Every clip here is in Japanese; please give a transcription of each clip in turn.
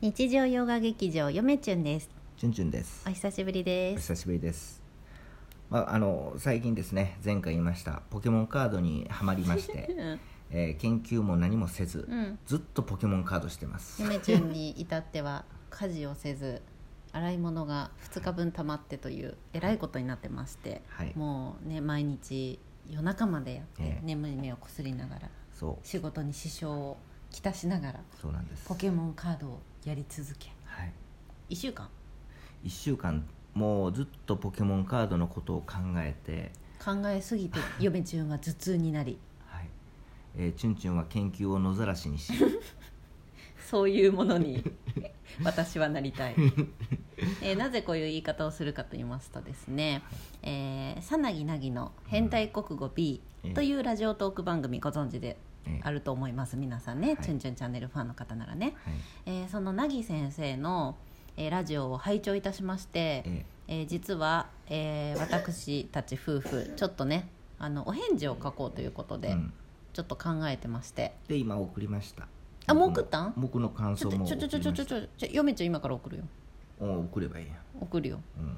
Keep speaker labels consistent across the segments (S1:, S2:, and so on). S1: 日常洋画劇場よめちゅんです
S2: チュンチュンです
S1: お。久しぶりで
S2: お
S1: す
S2: 久しぶりです。まああの最近ですね、前回言いましたポケモンカードにはまりまし
S1: う
S2: て、
S1: ん
S2: えー研究も何もせず、
S1: うん
S2: ずっとポケモンカードしてます
S1: よ。めちゅんに至っては家事をせず洗い物が2日分溜まってというえらいことになってまして、
S2: はい
S1: もうね毎日夜中までやって、
S2: ええ
S1: 眠い目をこすりながら
S2: そう、
S1: 仕事に支障をきたしながら
S2: そうなんです。
S1: ポケモンカードをやり続け
S2: はい。
S1: 1週間
S2: 一週間もうずっとポケモンカードのことを考えて、
S1: 考えすぎ てよめちゅんは頭痛になり
S2: はい。えー、チュンチュンは研究を野ざら しにし
S1: そういうもの に私はなりたい、えーなぜこういう言い方をするかと言いますとですね「えーさなぎなぎの変態国語 B
S2: ええ」
S1: というラジオトーク番組ご存知で
S2: えー
S1: あると思います皆さんね「
S2: はい
S1: チュンチュンチャンネル」ファンの方ならね、
S2: はい
S1: えーそのなぎ先生の、えーラジオを拝聴いたしまして、
S2: えー
S1: えー実は、えー私たち夫婦ちょっとねあのお返事を書こうということで、
S2: うん
S1: ちょっと考えてまして
S2: で今送りました。
S1: あもう送ったん
S2: 僕の感
S1: ちょ
S2: 想
S1: っと
S2: も
S1: ちょ
S2: 送り
S1: ち
S2: ま
S1: ょちょちょちょ
S2: した。
S1: ちょ嫁ちゃん今から送るよ
S2: お送ればいいやん。
S1: 送るよ
S2: うん、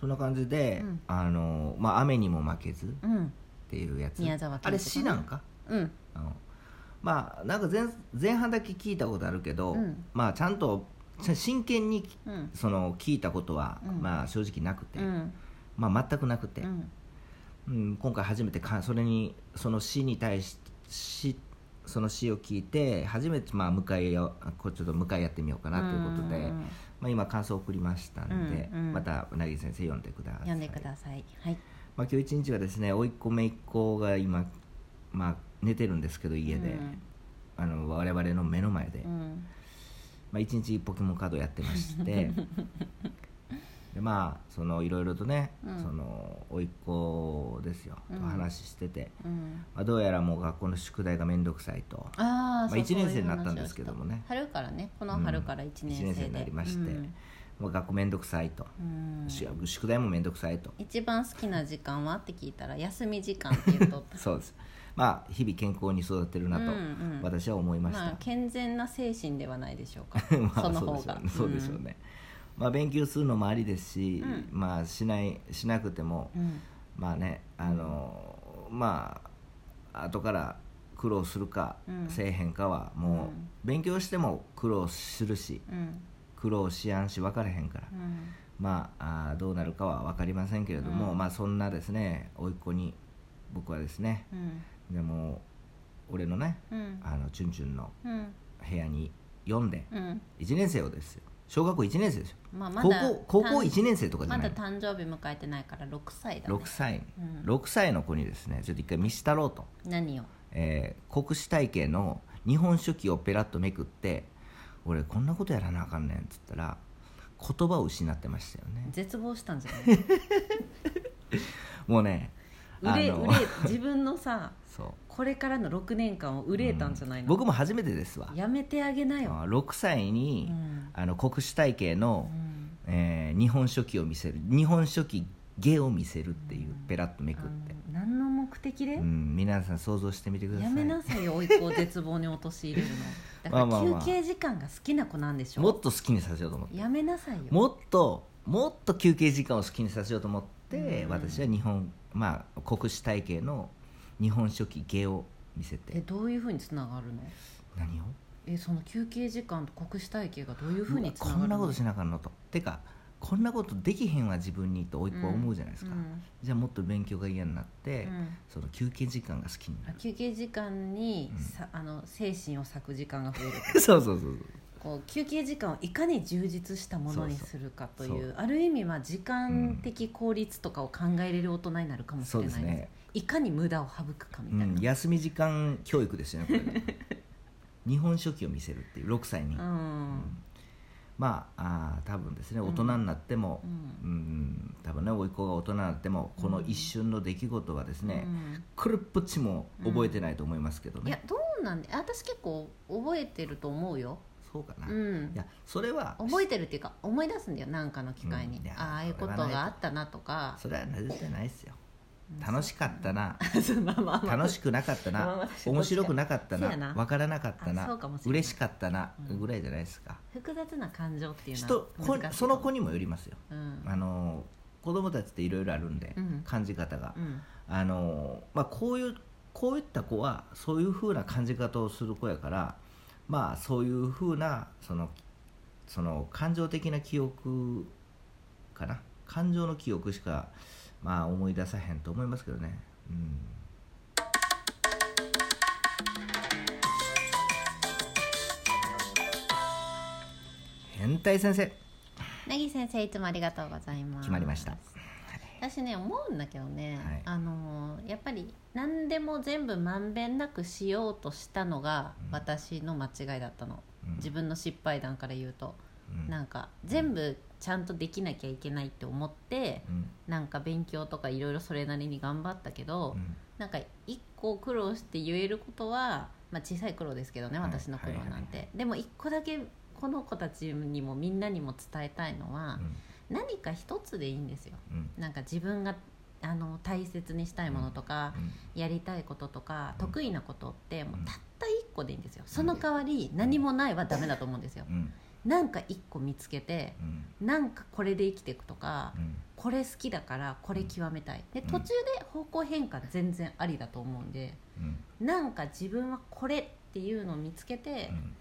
S2: そんな感じで、
S1: うん
S2: あのまあ雨にも負けずっ
S1: うん
S2: ていうやつ
S1: 宮沢賢治
S2: あれ詩なんか
S1: うん
S2: うんまあなんか前前半だけ聞いたことあるけど、
S1: うん
S2: まあちゃんとちゃ真剣に
S1: うん
S2: その聞いたことは、
S1: うん
S2: まあ正直なくて、
S1: うん
S2: まあ全くなくて、
S1: う
S2: うん
S1: ん
S2: 今回初めてかそれにその詩に対し詩その詩を聞いて初めてまあ向かいをこうちょっと向かい合ってみようかなということで、
S1: うん
S2: まあ、今感想を送りましたので、
S1: うんうん
S2: またうなぎ先生読んでください
S1: 読んでくださいはい
S2: まあ、今日一日はですね甥っ子姪っ子が今、まあ、寝てるんですけど家で、
S1: うん
S2: あの我々の目の前で、
S1: うん
S2: まあ、一日ポケモンカードやってまして でまあそのいろいろとね、
S1: うん
S2: その甥っ子ですよ、
S1: うん
S2: と話してて、
S1: うん
S2: まあ、どうやらもう学校の宿題が面倒くさいと、
S1: あー
S2: まあ
S1: そう
S2: 一年
S1: そ
S2: 生
S1: ういう話
S2: になったんですけどもね
S1: をした春からねこの春から1年生で、
S2: うん一年生になりまして
S1: うん
S2: まあ、学校面倒くさいと、
S1: うん
S2: し宿題も面倒くさいと
S1: 一番好きな時間はって聞いたら休み時間って言うとった
S2: そうですまあ日々健康に育ってるなと
S1: うんうん
S2: 私は思いました、
S1: まあ健全な精神ではないでしょうか
S2: まあ
S1: その方が
S2: そうでしょうねそうでしょうね、まあ、勉強するのもありですし、
S1: うん
S2: まあ、しないしなくても、
S1: うん
S2: まあねあのまあ後から苦労するか、
S1: うん
S2: せえへんかはもう、
S1: うん
S2: 勉強しても苦労するし
S1: うん
S2: 苦労しやんし分からへんから、
S1: うん
S2: まああーどうなるかは分かりませんけれども、
S1: うん
S2: まあそんなですね甥っ子に僕はですね
S1: うん
S2: でも俺のね
S1: うん
S2: あのチュンチュンの
S1: うん
S2: 部屋に読んで
S1: うん
S2: 1年生をですよ小学校1年生ですよ
S1: まあ、ま
S2: 高
S1: だ
S2: 校高校
S1: 誕
S2: 1年生とかじ
S1: ま
S2: ゃ
S1: だ
S2: ない、
S1: 誕生日迎えてないから6歳だ、ね
S2: 6、歳
S1: うん
S2: 6歳の子にですねちょっと一回見したろうと、
S1: 何を
S2: えー国史体系の日本書紀をペラッとめくって「俺こんなことやらなあかんねん」っつったら言葉を失ってましたよね
S1: 絶望したんじゃない
S2: もうね
S1: 憂え
S2: あの
S1: 憂え自分のさ
S2: そう
S1: これからの6年間を憂えたんじゃないの、
S2: う僕も初めてですわ
S1: やめてあげなよ、
S2: 6歳
S1: う
S2: に、
S1: ん
S2: あの国史体系の
S1: う、ん
S2: えー日本書紀を見せる日本書紀下を見せるっていううんペラッとめくっ
S1: あの
S2: て、
S1: 何の目的で、
S2: うん、皆さん想像してみてください
S1: やめなさいよ甥っ子を絶望に陥 れるのだから
S2: まあまあまあ
S1: 休憩時間が好きな子なんでしょ、
S2: もっと好きにさせようと思って
S1: やめなさいよ
S2: もっともっと休憩時間を好きにさせようと思っ
S1: う
S2: て、
S1: ん
S2: 私は日本まあ国史体系の日本書紀下を見せ
S1: え
S2: て
S1: どういうふうにつながるの
S2: 何を
S1: えその休憩時間と国史体系がどういうふう
S2: うわ
S1: につなが
S2: こ
S1: るの
S2: んなことしなあかんのとてかこんなことできへんわ自分にと甥っ子は思うじゃないですか、
S1: うん
S2: じゃあもっと勉強が嫌になって、
S1: うん
S2: その休憩時間が好きにな
S1: あ
S2: る
S1: 休憩時間に、
S2: うん
S1: さあの精神を割く時間が 増える
S2: そうそうそう
S1: こう休憩時間をいかに充実したものに
S2: そうそう
S1: するかという
S2: そう
S1: ある意味は時間的効率とかを考えれる大人になるかもし
S2: そう
S1: れ
S2: で
S1: な
S2: す
S1: いです
S2: ね
S1: いかに無駄を省くかみ
S2: う
S1: たい
S2: ん、
S1: な、
S2: 休み時間教育ですよねこれが日本書紀を見せるっていう6歳に、
S1: う
S2: うんんまああー多分ですね
S1: うん
S2: 大人になっても、
S1: う
S2: うん
S1: ん
S2: 多分ね甥っ子が大人になってもこの一瞬の出来事はですね、くるっぽっちも覚えてないと思いますけど
S1: うんいや
S2: ね、
S1: どうなんであ私結構覚えてると思うよ、
S2: そうかな、
S1: う
S2: い
S1: ん、
S2: やそれは
S1: 覚えてるっていうか思い出すんだよ何かの機会に、
S2: うんいや
S1: あああいうことがあったなとか
S2: それは絶対ないですよ楽しかっ たな
S1: そうまあまあまあ
S2: 楽しくなかっ た
S1: まあまあ
S2: な
S1: 確かに
S2: 面白くなかった
S1: そうや
S2: な
S1: な
S2: 分からなかった
S1: あ
S2: な
S1: そうかもしれない
S2: 嬉しかったなぐらいじゃないですか
S1: 複雑な感情っていうのは
S2: 人
S1: 難しい
S2: こ
S1: かも
S2: その子にもよりますよ
S1: うん
S2: あの子供たちっていろいろあるんで
S1: うん
S2: 感じ方が
S1: うん
S2: あのまあこういうこういった子はそういう風な感じ方をする子やからまあそういう風なそのその感情的な記憶かな感情の記憶しかまあ思い出さへんと思いますけどねうん変態先生
S1: なぎ先生いつもありがとうございます
S2: 決まりました
S1: 私ね思うんだけどね、
S2: はい
S1: あのーやっぱり何でも全部まんべんなくしようとしたのが
S2: うん
S1: 私の間違いだったの、
S2: うん
S1: 自分の失敗談から言うと、
S2: うん
S1: なんか全部ちゃんとできなきゃいけないって思って
S2: うん
S1: なんか勉強とかいろいろそれなりに頑張ったけど、
S2: うん
S1: なんか一個苦労して言えることは、まあ、小さい苦労ですけどね
S2: はい
S1: 私の苦労なんて、
S2: はいはい
S1: でも一個だけこの子たちにもみんなにも伝えたいのは、何か一つでいいんですよ
S2: うん
S1: なんか自分があの大切にしたいものとか、
S2: うん
S1: やりたいこととか、
S2: うん
S1: 得意なことってもううんたった一個でいいんですよその代わり何もないはダメだと思うんですよ
S2: うん
S1: なんか一個見つけて
S2: うん
S1: なんかこれで生きていくとか
S2: うん
S1: これ好きだからこれ極めたいで
S2: うん
S1: 途中で方向変換全然ありだと思うんで
S2: うん
S1: なんか自分はこれっていうのを見つけて
S2: うん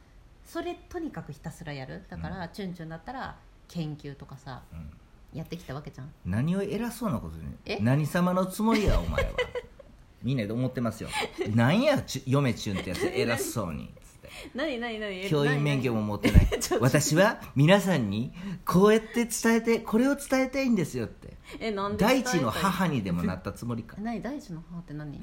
S1: それとにかくひたすらやるだからチュンチュンだったら研究とかさ
S2: うん
S1: やってきたわけじゃ ん
S2: 何を偉そうなこと
S1: え
S2: に何様のつもりやお前はみんなで思っ てますよなんやちゅ嫁チュンってやつ偉そうにつっ
S1: 何何何
S2: て教員免許も持ってない
S1: ちょっと
S2: 私は皆さんにこうやって伝えてこれを伝えたいんですよって
S1: えなんで
S2: 大地の母にでもなったつもりか
S1: 何大地の母って 何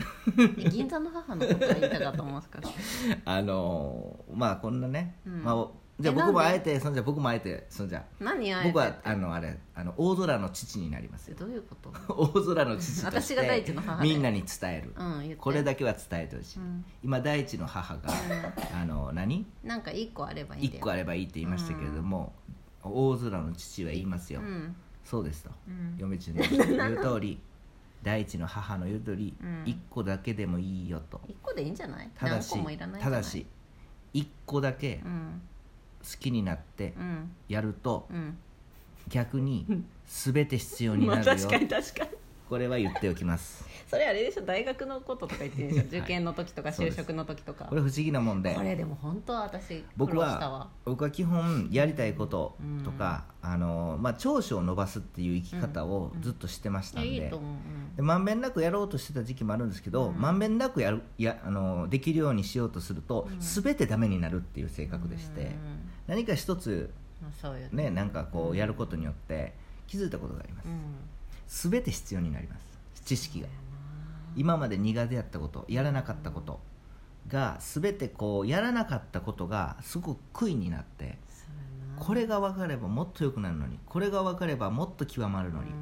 S1: え銀座の母のことが言いたかったもんすかして
S2: あのーまあこんなね、
S1: うん
S2: まあお、じゃあ
S1: え
S2: 僕も
S1: なん
S2: あ
S1: で
S2: えてそんじゃ僕もあえてそんじゃ
S1: 何あえて
S2: 僕はあのあれあの大空の父になりますよ
S1: どういうこと
S2: 大空の父とし
S1: 私が大地
S2: て
S1: の母で
S2: みんなに伝える、
S1: うん言って
S2: これだけは伝えてほしい、
S1: うん
S2: 今大地の母があの何
S1: なんか一個あればいいんだ
S2: 1
S1: よ
S2: 個あればいいって言いましたけれども、大空の父は言いますよ、
S1: うん
S2: そうですと、
S1: うん
S2: 嫁ちゃんの言う 通り大地の母の言う通り、
S1: うん
S2: 一1個だけでもいいよと
S1: 一個でいいんじゃない
S2: ただ
S1: 何
S2: し
S1: 個もいらないんじ
S2: た
S1: ゃない
S2: だし1個だけ
S1: う
S2: 好
S1: ん
S2: きになって
S1: うん
S2: やると
S1: うん
S2: 逆に全て必要になるよ、
S1: 確かに
S2: これは言っておきます
S1: それあれでしょ大学のこととか言ってるで しょ受験の時とか
S2: そうで
S1: 就
S2: す
S1: 職の時とか
S2: これ不思議なもんで
S1: これでも本当は私苦
S2: 僕
S1: 労したわ
S2: は僕は基本やりたいこととか、あのまあ、長所を伸ばすっていう生き方をずっとしてまし
S1: い
S2: た
S1: や
S2: ん
S1: いい
S2: で
S1: と思う
S2: でまんべんなくやろうとしてた時期もあるんですけど
S1: うん
S2: ま、んべんなくやるやあのできるようにしようとすると、
S1: うん
S2: 全てダメになるっていう性
S1: 性
S2: 格でして、何か一つ
S1: そうよ
S2: ねなんかこうやることによって気づいたことがありま
S1: うん
S2: す全て必要になります知識が今まで苦手やったことやらなかったことが全てこうやらなかったことがすごく悔いになって、
S1: そうやな
S2: これが分かればもっと良くなるのにこれが分かればもっと極まるのに、
S1: うん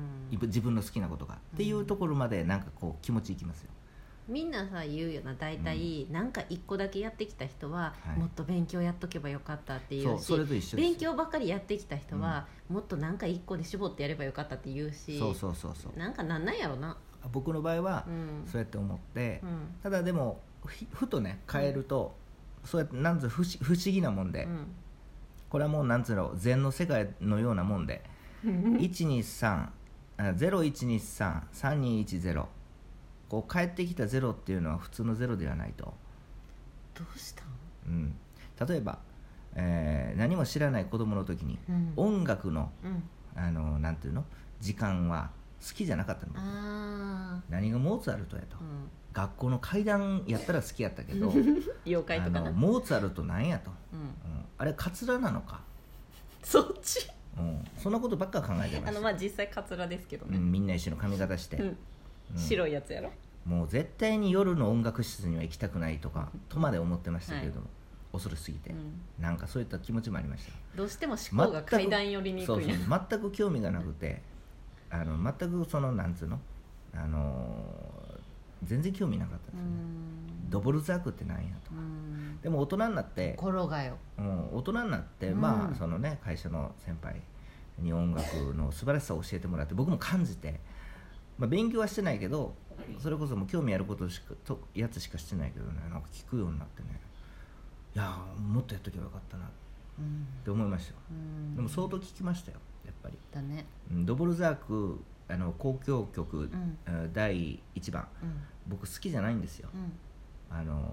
S2: 自分の好きなことが、っていうところまでなんかこう気持ちいきますよ
S1: みんなさ言うよな大体なんか一個だけやってきた人は、
S2: はい
S1: もっと勉強やっとけばよかったっていうし
S2: そうそれと一緒です
S1: 勉強ばっかりやってきた人は、もっとなんか一個で絞ってやればよかったって言うし
S2: そうそうそうそう
S1: なんかなんなんやろな
S2: 僕の場合は
S1: うん
S2: そうやって思って、
S1: うん
S2: ただでもひふとね変えると、そうやってなんぞ不思不思議なもんで、
S1: うん
S2: これはもうなんつうの禅の世界のようなもんで123012332110こう帰ってきた0っていうのは普通の0ではないと。
S1: どうしたん
S2: うん、例えば、えー何も知らない子供の時に、音楽の
S1: うん
S2: あのなんていうの時間は好きじゃなかったの
S1: あ
S2: 何がモーツァルトやと、
S1: あ、うん、
S2: 学校の階段やったら好きやっ たけど
S1: 妖怪
S2: あ
S1: とかな
S2: の、モーツァルトなんやと、
S1: うん、
S2: うん、あれカツラなのか、
S1: そっち
S2: うん、そんなことばっか考えてま
S1: あの
S2: した、
S1: まあ実際カツラですけど
S2: う
S1: ね、
S2: ん、みんな一緒の髪型して、
S1: うん
S2: うん
S1: 白いやつやろ
S2: もう絶対に夜の音楽室には行きたくないとかとまで思ってましたけれども、恐ろしすぎて、
S1: うん
S2: なんかそういった気持ちもありました
S1: どうしても思考が階段寄りに
S2: そ
S1: く
S2: う
S1: い
S2: そ
S1: な
S2: う全く興味がなくてあの全くそのなんつうの、あのー全然興味なかったんですよね、ドボルザークってなんやと
S1: うん
S2: でも大人になって、
S1: 心がよ
S2: うん、大人になって、
S1: うん
S2: まあそのね会社の先輩に音楽の素晴らしさを教えてもらって僕も感じて、まあ、勉強はしてないけどそれこそもう興味あることしかとやつしかしてないけどねなんか聞くようになってねいやーもっとやっとけばよかったなっ
S1: うん
S2: て思いましたよ
S1: うん
S2: でも相当聞きましたよやっぱり、
S1: だね
S2: うん、ドボルザークあの交響曲、
S1: ん
S2: えー第1番
S1: うん
S2: 僕好きじゃないんですよ
S1: うん
S2: あのー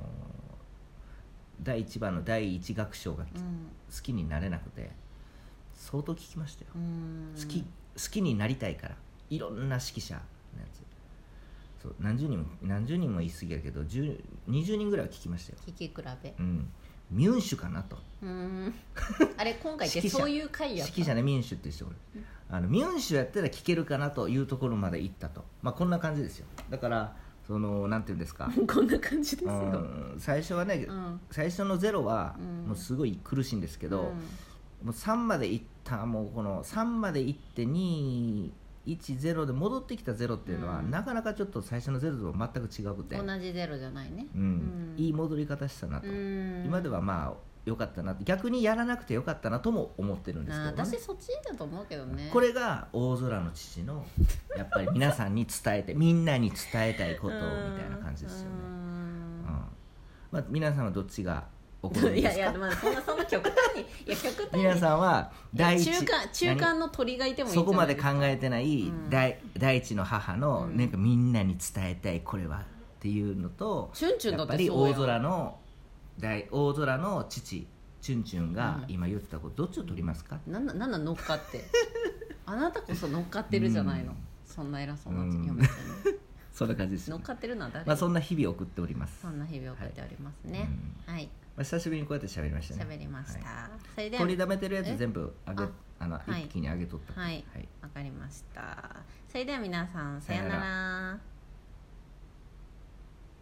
S2: 第1番の第1楽章がき
S1: う
S2: 好
S1: ん
S2: きになれなくて相当聞きましたよ
S1: うん
S2: 好き好きになりたいからいろんな指揮者のやつそう何十人も何十人も言い過ぎやけど10 20人ぐらいは聞きましたよ、
S1: 聞き比べ
S2: うん、ミュンシュかなと
S1: うんあれ今回って
S2: 指揮者
S1: そういう回
S2: 指
S1: やった
S2: 揮者ねミュンシュって人あのミュンシュやったら聞けるかなというところまで行ったと、まあ、こんな感じですよだからそのなんていうんですか
S1: こんな感じです
S2: う
S1: よ
S2: ん最初はね、
S1: うん
S2: 最初のゼロは
S1: うん
S2: もうすごい苦しいんですけど、
S1: うん
S2: もう3まで行ったもうこの3まで行って210で戻ってきた0っていうのは、
S1: うん
S2: なかなかちょっと最初の0と全く違くて、
S1: 同じゼロじゃないね
S2: うんいい戻り方したなと、今で
S1: は
S2: はまあ良かったなって逆にやらなくて良かったなとも思ってるんですけど、ね
S1: 私、そっちだと思うけどね
S2: これが大空の父のやっぱり皆さんに伝 えてみんなに伝えたいことみたいな感じですよね、うんまあ、皆さんはどっちがお好
S1: うん
S2: み
S1: い
S2: で
S1: や
S2: す
S1: いや
S2: か
S1: まあそんなそんな極端にいや極端に
S2: 皆さんは第一
S1: 中間中間の鳥がいてもいい
S2: そこまで考
S1: え
S2: えてない、
S1: うん
S2: 第第一の母の、
S1: うん
S2: なんかみんなに伝えたいこれはっていうのと
S1: チュンチュン
S2: や
S1: だっ
S2: っぱ
S1: て
S2: り
S1: そう
S2: 大
S1: やん
S2: 空の大大空の父チュンチュンが
S1: うん
S2: 今言ってたことどっちを取りますか、
S1: なんななんなん乗っかってあなたこそ乗っかってるじゃないの、
S2: うん
S1: そんな偉そう
S2: う
S1: なん嫁さんに
S2: そんな感じです
S1: 乗
S2: よ
S1: っ
S2: ね、
S1: かってるのは誰、
S2: まあ、そ
S1: そ
S2: んな日々を送っております、
S1: んな日々を送っております
S2: う
S1: ね
S2: ん
S1: はい
S2: まあ、久しぶりにこうやって喋りましたね
S1: 喋、りました、
S2: は
S1: それ
S2: い
S1: では
S2: 取りだめてるや
S1: え
S2: つ全部あげ
S1: あ
S2: あの、
S1: はい
S2: 一気にあげとった
S1: はいわかりましたそれでは皆さんさようなら、